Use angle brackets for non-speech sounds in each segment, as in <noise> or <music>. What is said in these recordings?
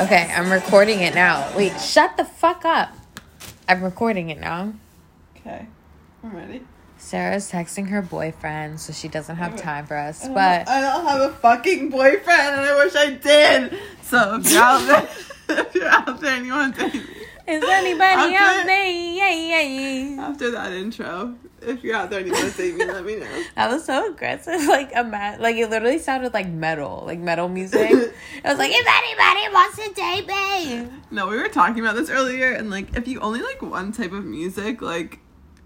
Okay, I'm recording it now. Wait, shut the fuck up. I'm recording it now. Okay. I'm ready. Sarah's texting her boyfriend, so she doesn't have time for us. I don't- But I don't have a fucking boyfriend and I wish I did. So if you're out <laughs> there if you're out there and you want to is anybody Okay. out there? Yay, yay. after that intro, if you're out there and you want to date me, let me know. I was so aggressive, <laughs> like a ma- like it literally sounded like metal, like metal music. I was like, if anybody wants to date me, <laughs> No, we were talking about this earlier and like if you only like one type of music, like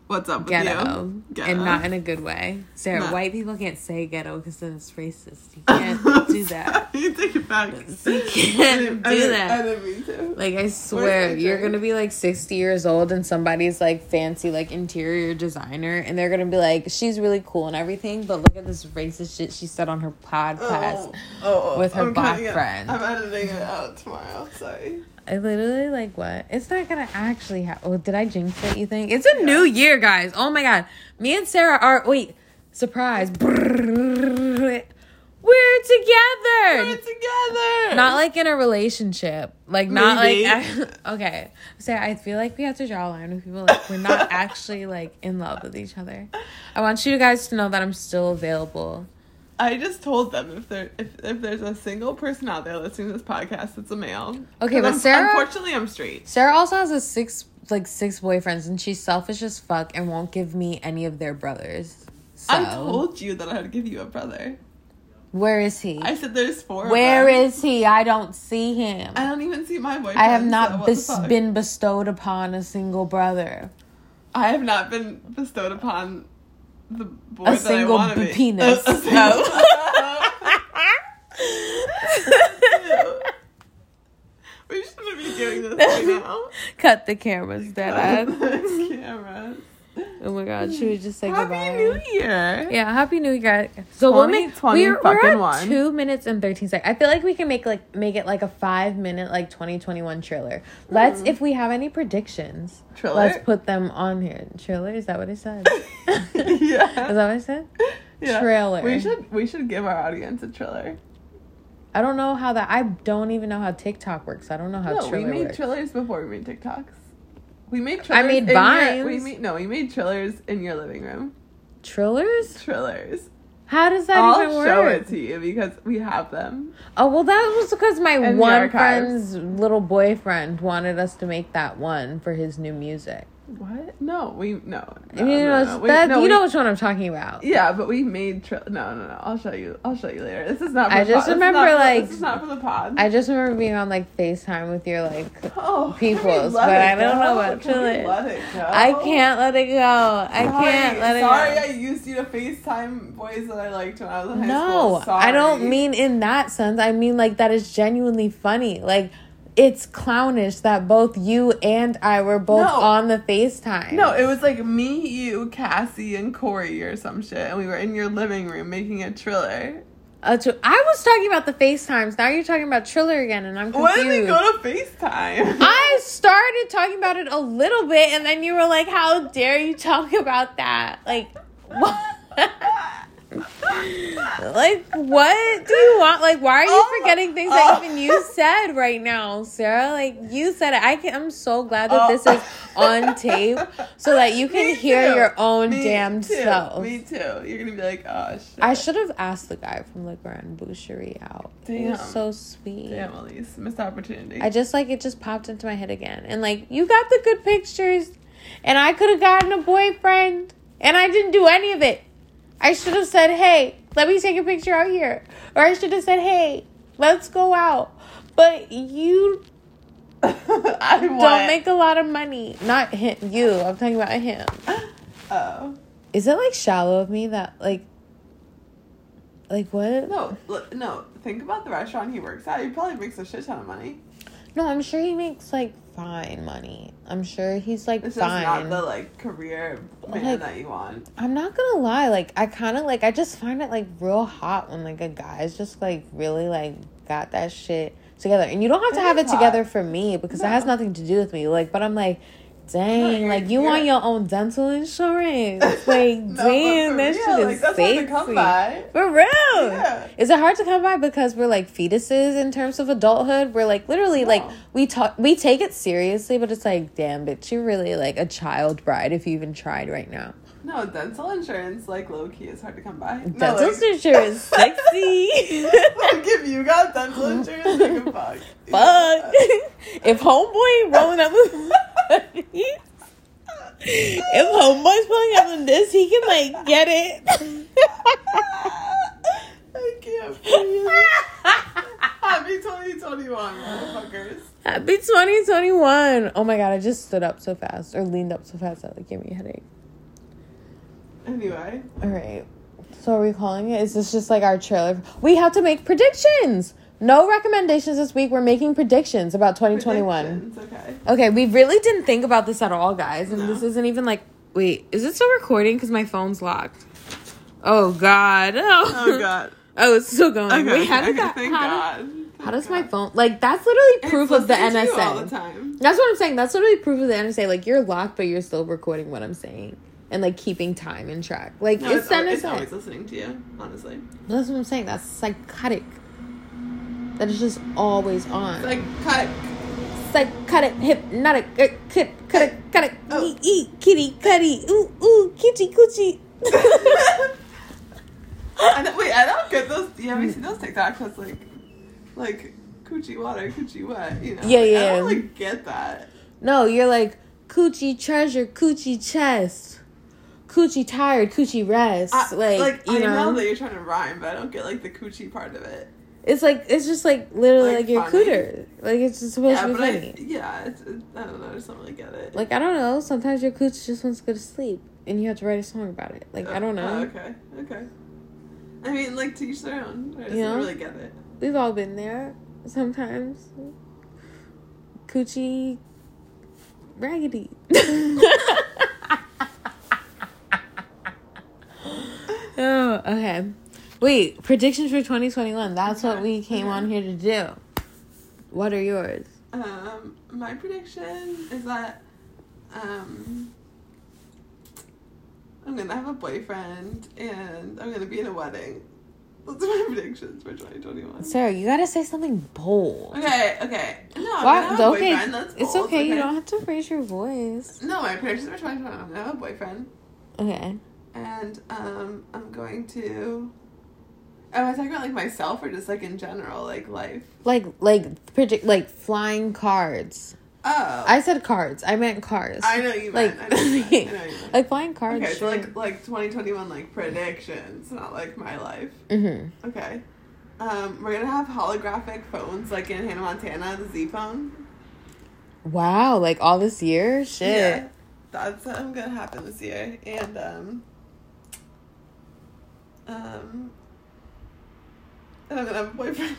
what's up with ghetto, you? Ghetto. and <laughs> not in a good way. Sarah, No. white people can't say ghetto because then it's racist. You can't do that. you take it back. You <laughs> I can't didn't- do I that. didn't mean to. Like I swear, my you're drink? gonna be like 60 years old and somebody's like fancy like interior designer, and they're gonna be like, she's really cool and everything, but look at this racist shit she said on her podcast. Oh, oh, with her cutting it. boyfriend. I'm editing it out tomorrow. Sorry. I literally like what? It's not gonna actually happen. Oh, did I jinx it? You think it's a new year, guys? Oh my god, me and Sarah are wait surprise. We're together. We're together. not like in a relationship like not Maybe. like <laughs> okay so i feel like we have to draw a line with people like we're <laughs> not actually like in love with each other i want you guys to know that i'm still available I just told them if there if, if there's a single person out there listening to this podcast, it's a male. Okay, 'Cause but I'm- Sarah- Unfortunately, I'm straight. sarah also has a six like six boyfriends and she's selfish as fuck and won't give me any of their brothers so I told you that I would give you a brother. where is he I said there's four. Where of them. is he i don't see him I don't even see my boyfriend. i have so not what the bes- fuck? been bestowed upon a single <laughs> brother <laughs> I have not been bestowed upon the boy a that single I want to b- be. penis. <laughs> A- a single- no. <laughs> we shouldn't be doing this <laughs> right now. Cut the cameras, dead. <laughs> Cameras. oh my god, she was just say goodbye. Happy New Year. <laughs> yeah, happy new year. guys. So we'll make 2020 we're, we're at fucking one. two minutes and thirteen seconds. I feel like we can make like make it like a five minute like twenty twenty one trailer. Let's Hmm. if we have any predictions, Triller? let's put them on here. Trailer is that what I <laughs> said? yeah. Is that what I said? <laughs> Yeah. Trailer. We should we should give our audience a trailer. I don't know how that. I don't even know how TikTok works. I don't know how No, we trailer made works. trailers before we made TikToks. We made trailers. made in your- vines. we made no, we made trailers in your living room. Trailers? Trailers. How does that I'll even work? show it to you because we have them. Oh well, that was because my the one archives. friend's little boyfriend wanted us to make that one for his new music. What? No, we no. you no, know, no, no. We- that, no, you we- know which one I'm talking about. Yeah, but we made tra- no, no, no. I'll show you. I'll show you later. This is not. For I the just pod. This is remember, not for- like, this is not for the pod. I just remember being on like Facetime with your like. oh, <laughs> peoples, let but it I don't know go? what Can we trailers. Let it go. I can't let it go. I Oh. Sorry, can't let it sorry go. I used you to FaceTime boys that I liked when I was in high school. no, I Sorry. don't mean in that sense. I mean like that is genuinely funny. Like it's clownish that both you and I were both No. on the Facetime. No, it was like me, you, Cassie, and Corey or some shit, and we were in your living room making a triller. Uh, tr- I was talking about the FaceTimes. Now you're talking about Triller again, and I'm confused. Why did we go to <laughs> FaceTime? <laughs> I started talking about it a little bit, and then you were like, "How dare you talk about that? Like, what? like, what do you want? Like, why are you Oh, forgetting things that oh. even you said right now, Sarah? Like, you said it. I can. I'm so glad that Oh. this is on tape so that <laughs> you can Me hear too. your own Me damned too. self. Me too. You're gonna be like, oh shit. I should have asked the guy from Le Grand Boucherie out. He Damn. was so sweet. Damn, Elise, missed opportunity. I just like it just popped into my head again. And like you got the good pictures and I could have gotten a boyfriend and I didn't do any of it. I should have said, "Hey, let me take a picture out here." Or I should have said, "Hey, let's go out." But you <laughs> I don't want- make a lot of money. Not him, you. I'm talking about him. <laughs> Oh Is it like shallow of me that like like what? no, l- no. Think about the restaurant he works at. He probably makes a shit ton of money. No, I'm sure he makes like fine money. I'm sure he's like It's fine. just not the like career man Like- that you want. I'm not gonna lie, like I kind of like I just find it like real hot when like a guy's just like really like got that shit together, and you don't have to It have is it together hot. for me because it No. has nothing to do with me. Like, but I'm like, Dang, No, like you you're- want your own dental insurance. <laughs> Like, <laughs> No, but damn, for that real, shit is like, that's hard sexy. to come by. For real. Yeah. Is it hard to come by because we're like fetuses in terms of adulthood? We're like literally like No. we talk we take it seriously, but it's like, damn bitch, you're really like a child bride if you even tried right now. No, dental insurance, like low key, is hard to come by. no, dental like, <laughs> insurance is sexy. like if you <laughs> got dental insurance, you can fuck. You Fuck. can if homeboy ain't rolling up if <laughs> homeboy's pulling up on this, he can like get it. <laughs> I can't breathe. Happy 2021, motherfuckers. Happy 2021. Oh my god, I just stood up so fast or leaned up so fast that like gave me a headache. Anyway, Alright. So are we calling it? Is this just like our trailer? We have to make predictions. No recommendations this week. We're making predictions about 2021. predictions, Okay. Okay, we really didn't think about this at all, guys. And No. this isn't even like, wait, is it still recording? Because my phone's locked. Oh God! <laughs> Oh, Oh god. Oh, it's still going. Okay. wait, how did okay, that? Thank how, God. did- how does my phone? Like that's literally proof of the NSA. all the time. That's what I'm saying. That's literally proof of the NSA. Like you're locked, but you're still recording what I'm saying and like keeping time and track. Like No, it's, it's, al- NSA. it's always listening to you, honestly. that's what I'm saying. That's psychotic. That is just always on. Like, cut. Psychotic, hypnotic, uh, cut, cut, it, cut, it, Oh. ee, ee, kitty, cutty, ooh, ooh, kitty, coochie. <laughs> I don't, wait, I don't get those. You ever seen those TikToks that's like, like, coochie water, coochie wet, you know? Yeah, Like, yeah. I don't, like, get that. no, you're like coochie treasure, coochie chest, coochie tired, coochie rest. I, like, you I know, that you're trying to rhyme, but I don't get, like, the coochie part of it. it's like it's just like literally like, Like, your funny. cooter. Like it's just supposed Yeah, to be but funny. I, yeah, it's, it, I don't know. I just don't really get it. like I don't know. Sometimes your cooch just wants to go to sleep, and you have to write a song about it. Like I don't know. Oh, okay, okay. I mean, like to each their own. I just Yeah. don't really get it. We've all been there sometimes. Coochie raggedy. oh, okay. Wait, predictions for 2021. That's what we came on here to do. What are yours? Um, my prediction is that um, I'm gonna have a boyfriend and I'm gonna be in a wedding. Those are my <laughs> predictions for 2021. Sarah, you gotta say something bold. Okay, okay. No, I'm Why- gonna have a okay, boyfriend. That's it's bold, okay, You don't have to raise your voice. No, my predictions for 2021. I'm gonna have a boyfriend. Okay. and um, I'm going to. Am I talking about like myself or just like in general, like life? Like, like, predict, like flying cards. Oh, I said cards. I meant cars. I know <laughs> you like meant. I know you meant. I <laughs> know you meant. like flying cards. Okay, so shit. like like 2021 like predictions, not like my life. Mhm. Okay, um, we're gonna have holographic phones like in Hannah Montana, the Z phone. wow, like all this year, shit. that's um, gonna happen this year, and um, um, and I'm gonna have a boyfriend.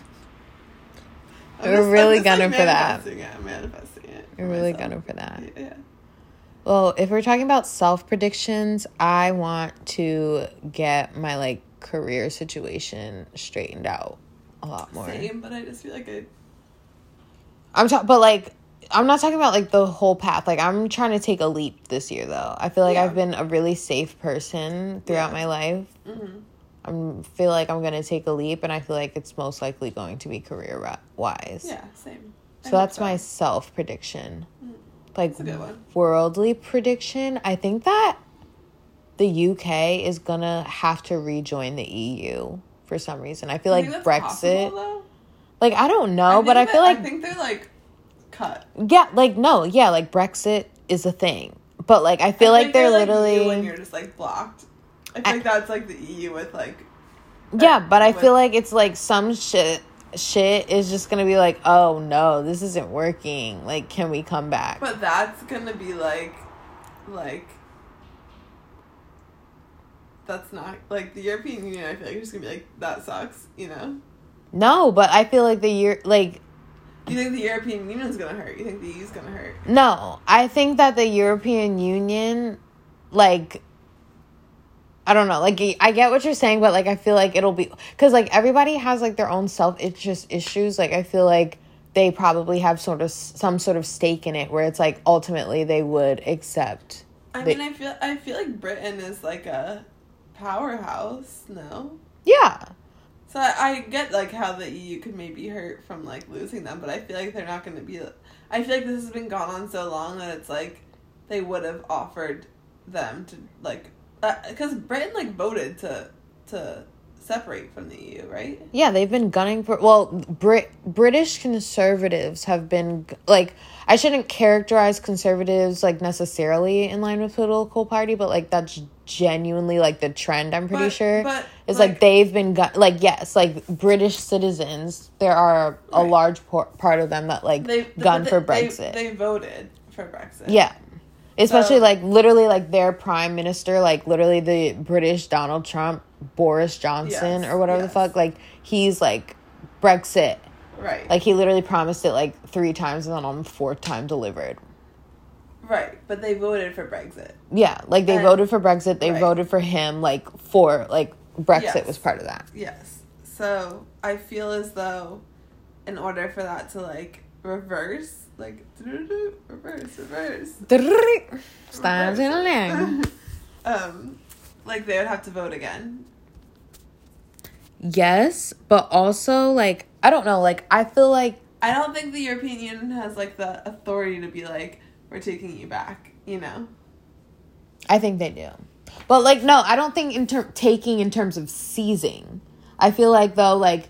I'm You're really I'm gunning for that. manifesting It, I'm manifesting it. for You're really myself. gunning for that. Yeah. Well, if we're talking about self predictions, I want to get my like career situation straightened out a lot more. Same, but I just feel like I. I'm talking, but like, I'm not talking about like the whole path. Like, I'm trying to take a leap this year, though. I feel like Yeah. I've been a really safe person throughout Yeah. Mm-hmm. my life. I feel like I'm gonna take a leap, and I feel like it's most likely going to be career ri- wise. Yeah, same. I So hope Mm. that's my self prediction. Like a good one. worldly prediction, I think that the UK is gonna have to rejoin the EU for some reason. I feel You like think that's Brexit. possible, though? like I don't know, think Oh, but I that- feel like I think they're like cut. yeah, like no, yeah, like Brexit is a thing. But like I feel I like think they're, you literally and you're just like blocked. I feel like that's like the EU with like Yeah, but I with- feel like it's like some shit shit is just gonna be like, oh no, this isn't working. Like, can we come back? But that's gonna be like, like. That's not like the European Union. I feel like it's just gonna be like that sucks. You know. no, but I feel like the year like You think the European Union's gonna hurt? You think the EU's gonna hurt? no, I think that the European Union, like I don't know, like I get what you're saying, but like I feel like it'll be because like everybody has like their own self interest issues. Like I feel like they probably have sort of some sort of stake in it where it's like ultimately they would accept I They- mean, I feel I feel like Britain is like a powerhouse. No, yeah so I, I get like how the EU could maybe hurt from like losing them, but I feel like they're not going to be. I feel like this has been gone on so long that it's like they would have offered them to like because Britain like voted to to separate from the EU, right? Yeah, they've been gunning for. Well, Brit British conservatives have been g- like I shouldn't characterize conservatives like necessarily in line with political party, but like that's genuinely like the trend. I'm pretty But- sure but, it's like, like- they've been gun- like yes, like British citizens. There are a Right. large por- part of them that like They gun but for they- Brexit. They, they voted for Brexit. Yeah. Especially So- like literally like their prime minister, like literally the British Donald Trump, Boris Johnson Yes, or whatever the yes. fuck, like he's like Brexit. right. Like he literally promised it like three times and then on the fourth time delivered. right, but they voted for Brexit. Yeah. Like they And- voted for Brexit, they right. voted for him, like for like Brexit Yes. was part of that. Yes. So I feel as though, in order for that to like reverse, like <laughs> reverse, reverse, Stands in a line. reverse. <laughs> um, like they would have to vote again. Yes, but also like I don't know, like I feel like I don't think the European Union has like the authority to be like, we're taking you back. You know. I think they do. But like no, I don't think in ter- taking in terms of seizing. I feel like though like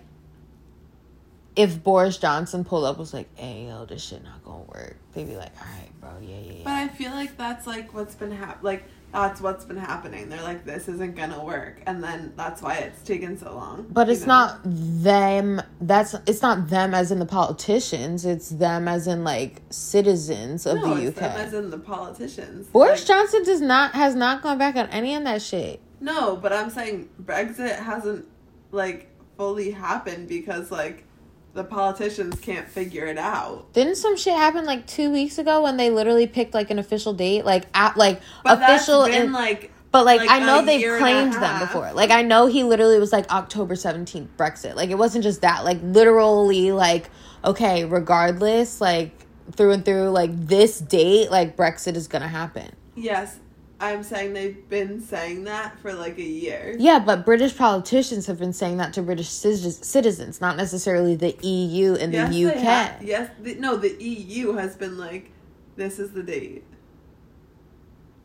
if Boris Johnson pulled up was like, "Hey, yo, this shit not going to work." They'd be like, "All right, bro. Yeah, yeah, But yeah." I feel like that's like what's been hap- like that's what's been happening. They're like, this isn't gonna work, and then that's why it's taken so long. But you it's know? not them. That's it's not them as in the politicians. It's them as in like citizens of No, the it's UK. them as in the politicians. Boris Like, Johnson does not has not gone back on any of that shit. No, but I'm saying Brexit hasn't like fully happened because like the politicians can't figure it out. Didn't some shit happen like two weeks ago when they literally picked like an official date, like at like But official that's been in- like But like, like, I know a they've year and a claimed them half. before. Like I know he literally was like October 17th Brexit. Like it wasn't just that. Like literally like okay, regardless like through and through like this date like Brexit is going to happen. yes, I'm saying they've been saying that for like a year. Yeah, but British politicians have been saying that to British citi- citizens, not necessarily the EU and yes, the they ha- UK. yes, the, no, the EU has been like this is the date.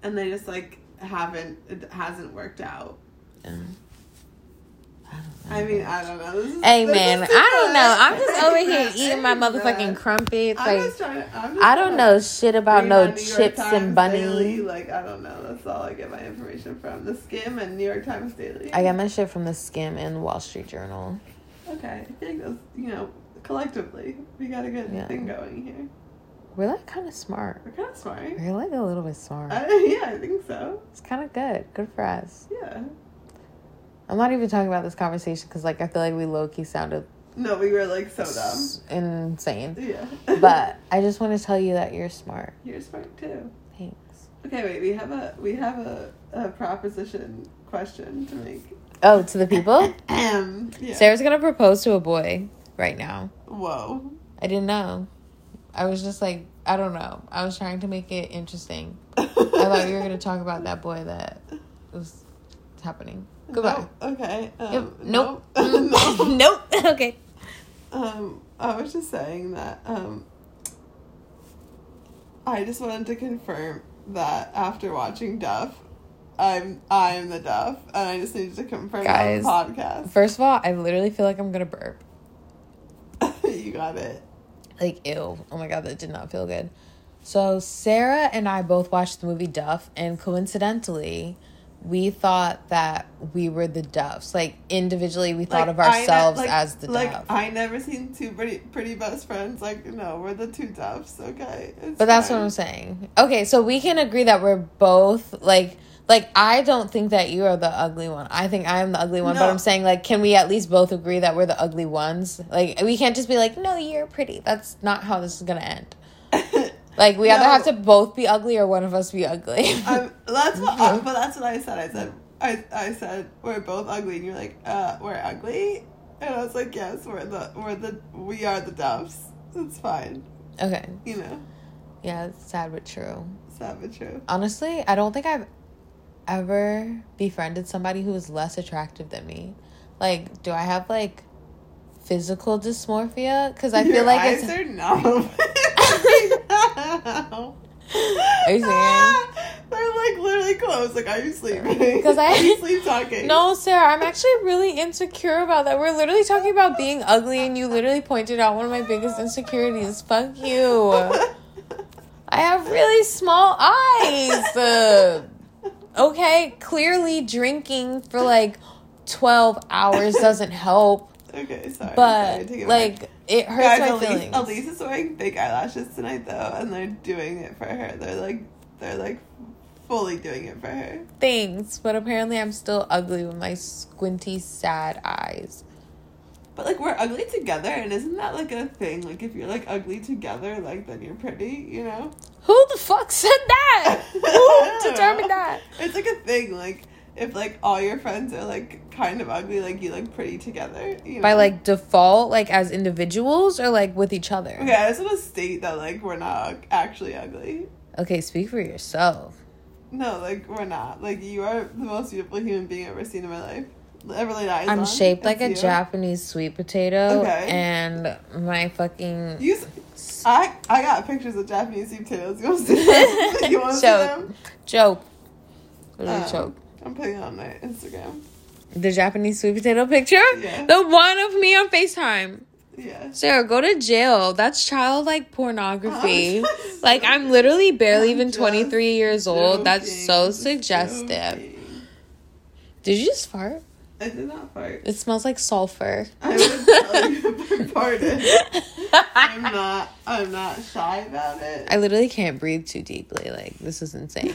And they just like haven't it hasn't worked out. I mean, I don't know. This is, Hey this man, I is too don't know. much. I'm just over <laughs> here eating my This is too motherfucking much. crumpets. I'm Like just trying to- I'm just I don't trying to know shit about read no my New York chips Times and bunny. Daily. Like I don't know. That's all I get my information from. The Skim and New York Times Daily. I got my shit from the Skim and Wall Street Journal. Okay, I think that's you know collectively we got a good Yeah. thing going here. We're like kind of smart. We're kind of smart. We're like a little bit smart. Uh, yeah, I <laughs> think so. It's kind of good. Good for us. Yeah. I'm not even talking about this conversation because, like, I feel like we low key sounded No, we were like so dumb. s- insane. Yeah. <laughs> But I just want to tell you that you're smart. you're smart too. Thanks. Okay, wait. We have a we have a, a proposition question to make. <clears throat> Oh, to the people? Um. <laughs> Yeah. Sarah's going to propose to a boy right now. Whoa. I didn't know. I was just like, I don't know. I was trying to make it interesting. I I thought you were <laughs> going to talk about that boy that was <laughs> happening. Goodbye. Nope. Okay. Um, Yep. Nope. nope. <laughs> nope. Okay. Um, I was just saying that um, I just wanted to confirm that after watching Duff, I'm I'm the Duff, and I just needed to confirm Guys. that on the First of all, I literally feel like I'm gonna burp. podcast. <laughs> you got it. Like, ew. Oh my god, that did not feel good. So, Sarah and I both watched the movie Duff, and coincidentally, we thought that we were the Duffs. Like, individually, we thought Like, of I ne- ourselves like- as the like Duff. I never seen two pretty pretty best friends. Like no, we're the two Duffs. Okay, It's but that's what fine. I'm saying. Okay, so we can agree that we're both like. Like I don't think that you are the ugly one. I think I am the ugly one, but No. I'm saying like can we at least both agree that we're the ugly ones? Like we can't just be like no, you're pretty. That's not how this is going to end. <laughs> Like we either No. have to both be ugly or one of us be <laughs> ugly. I'm, Um, that's what. I, but that's what I said. I said. I, I said we're both ugly, and you're like, uh, we're ugly, and I was like, yes, we're the we're the we are the Duffs. It's fine. <laughs> Okay. You know, Yeah, it's sad but true. savage. Honestly, I don't think I've ever befriended somebody who is less attractive than me. Like, do I have like physical dysmorphia? Because I Your feel like eyes it's. are numb. <laughs> Are Are you serious? They're like literally closed. Like, are you sleeping? <laughs> 'Cause I- are you sleep talking. No, Sarah, I'm actually really insecure about that. We're literally talking about being ugly, and you literally pointed out one of my biggest insecurities. Fuck you. I have really small eyes. Uh, okay, clearly drinking for like 12 hours doesn't help, <laughs> <laughs> okay, sorry. sorry, but take it back. like it hurts guys, my Elise, feelings. Elise is wearing big eyelashes tonight though, and they're doing it for her. They're like, they're like, fully doing it for her. Thanks, but apparently I'm still ugly with my squinty, sad eyes. But like we're ugly together, and isn't that like a thing? Like if you're like ugly together, like then you're pretty, you know? Who the fuck said that? <laughs> Who determined that? It's like a thing. Like if like all your friends are like kind of ugly, like you look pretty together. You By know? like default, like as individuals or like with each other? okay, I just want to state that like we're not ug- actually ugly. Okay, speak for yourself. No, like we're not. Like you are the most beautiful human being I've ever seen in my life. Ever laid eyes I'm on. shaped like a It's you. Japanese sweet potato, Okay. and my fucking <laughs> You, s- I, I got pictures of Japanese sweet potatoes. You want to see <laughs> them? you want to see choke, them? choke, Literally Um, choke. I'm putting it on my Instagram. The Japanese sweet potato picture, Yeah. the one of me on Facetime. Yeah. Sarah, go to jail. That's childlike pornography. <laughs> I'm <laughs> just like I'm literally barely I'm even just 23 years old. Oh, That's Joking, so just suggestive. joking. Did you just fart? I did not fart. It smells like sulfur. I would tell you if I farted. <laughs> I'm not. I'm not shy about it. <laughs> I literally can't breathe too deeply. Like this is insane.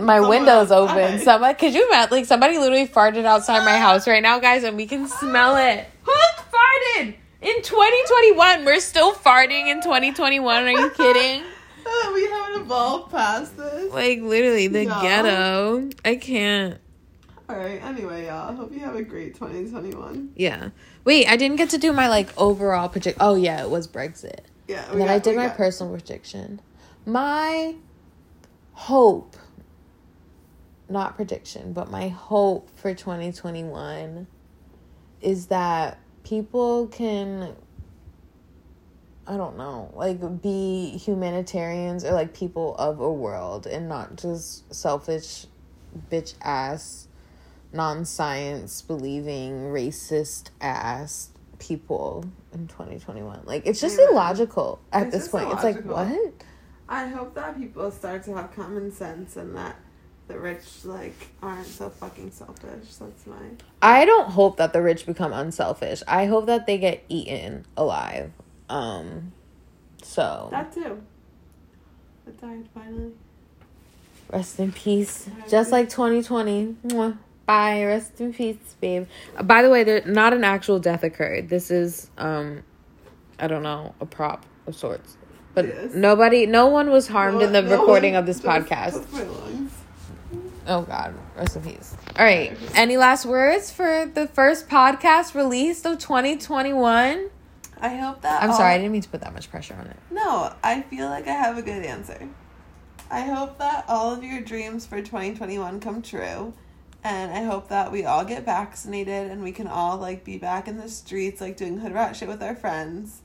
My Someone window's open. outside. Somebody, could you imagine? Like somebody literally farted outside my house right now, guys, and we can smell it. Who farted in 2021? We're still farting in 2021. Are you kidding? Oh, <laughs> we haven't evolved past <laughs> this. Like literally the No. ghetto. I can't. All right. Anyway, y'all. Hope you have a great 2021. Yeah. Wait, I didn't get to do my like overall predict. Oh yeah, it was Brexit. Yeah. And then I did we my got- personal prediction. My hope, not prediction, but my hope for 2021 is that people can, I don't know, like be humanitarians or like people of a world and not just selfish, bitch ass, non science believing, racist ass people in 2021. Like, it's just Amen. illogical at It's this just point. It's illogical. like, what? I hope that people start to have common sense and that the rich like aren't so fucking selfish. That's my. I don't hope that the rich become unselfish. I hope that they get eaten alive. Um so That too. That died finally. rest in peace. Rest Just in- like 2020. Mwah. Bye. Rest in peace, babe. Uh, By the way, there not an actual death occurred. This is um I don't know, a prop of sorts. But Yes. nobody no one was harmed No- in the <laughs> no recording one of this just podcast. took my lungs. Oh God, rest in peace. All right. Any last words for the first podcast released of 2021? I hope that. I'm all- sorry, I didn't mean to put that much pressure on it. No, I feel like I have a good answer. I hope that all of your dreams for 2021 come true. And I hope that we all get vaccinated and we can all like be back in the streets, like doing hood rat shit with our friends.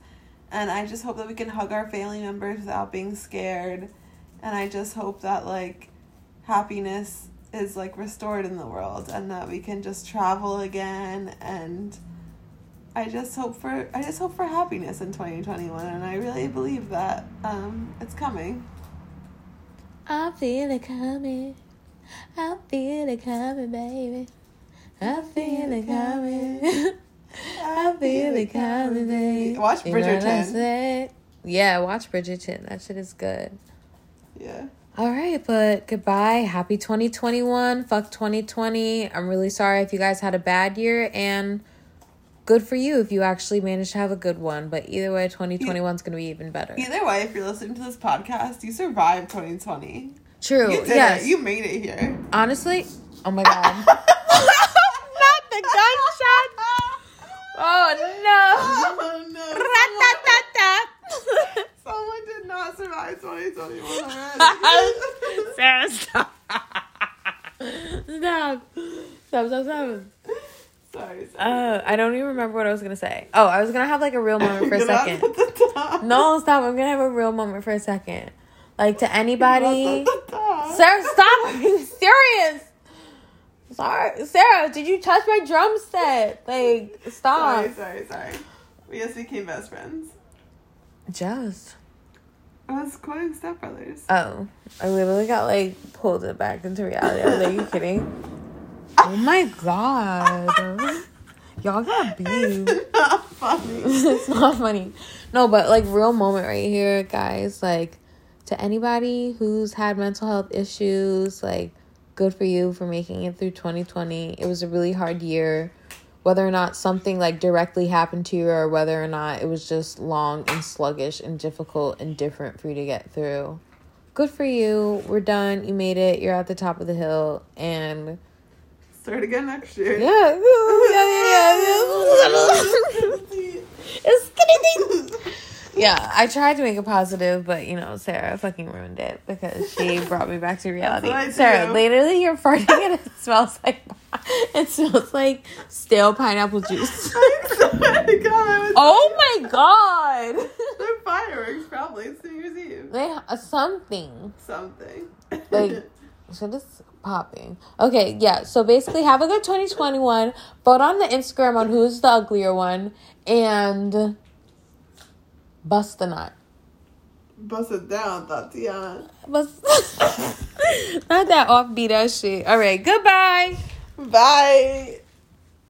And I just hope that we can hug our family members without being scared. And I just hope that like happiness is like restored in the world and that we can just travel again and I just hope for I just hope for happiness in 2021 and I really believe that um it's coming. I feel it coming. I feel it coming, baby. I feel it <laughs> coming. I feel it coming, baby. Watch You know what I Bridgerton. said? yeah, watch Bridgerton. That shit is good. Yeah. All right, but goodbye. Happy 2021. Fuck 2020. I'm really sorry if you guys had a bad year and good for you if you actually managed to have a good one. But either way, 2021 is going to be even better. Either way, if you're listening to this podcast, you survived 2020. True. You did Oh, yes. it. You made it <laughs> here. Honestly, oh my <laughs> god. <laughs> Not <laughs> the gunshot. Oh no. Oh no. please don't even. <laughs> alright. Sarah, stop. Stop. Stop, stop, stop. <laughs> Sorry. sorry. Uh, I don't even remember what I was going to say. Oh, I was going to have like a real moment for a Get off second. at the top. No, stop. I'm gonna have a real moment for a secid Like to anybody. Get off at the top. Sarah, stop I'm being serious. Sorry, Sarah, did you touch my drum set? Like, stop. Sorry, sorry, sorry. We just became best friends. Just. I was quoting Step Brothers. <laughs> Oh, I literally got like pulled it back into reality. I was like, you kidding? <laughs> Oh my god. Y'all got beef. It's not funny. <laughs> it's not funny. No, but like real moment right here, guys. Like to anybody who's had mental health issues, like good for you for making it through 2020. It was a really hard year. Whether or not something like directly happened to you or whether or not it was just long and sluggish and difficult and different for you to get through. Good for you. We're done. You made it. You're at the top of the hill and Start again next year. yeah. <laughs> <laughs> It's gonna be- Yeah, I tried to make it positive, but you know, Sarah fucking ruined it because she brought me back to reality. what I Sarah, do. literally you're farting and it smells like <laughs> it smells like stale pineapple <laughs> juice. <laughs> I'm sorry, God, I was oh my god. <laughs> They're fireworks, probably. It's New Year's Eve. <laughs> They uh, something. Something. <laughs> Like- So this is popping. Okay, yeah. So basically, have a good 2021. Vote on the Instagram on who's the uglier one and bust the knot. Bust it down, Tatiana. Bust. Not that offbeat ass shit. All right, goodbye. Bye.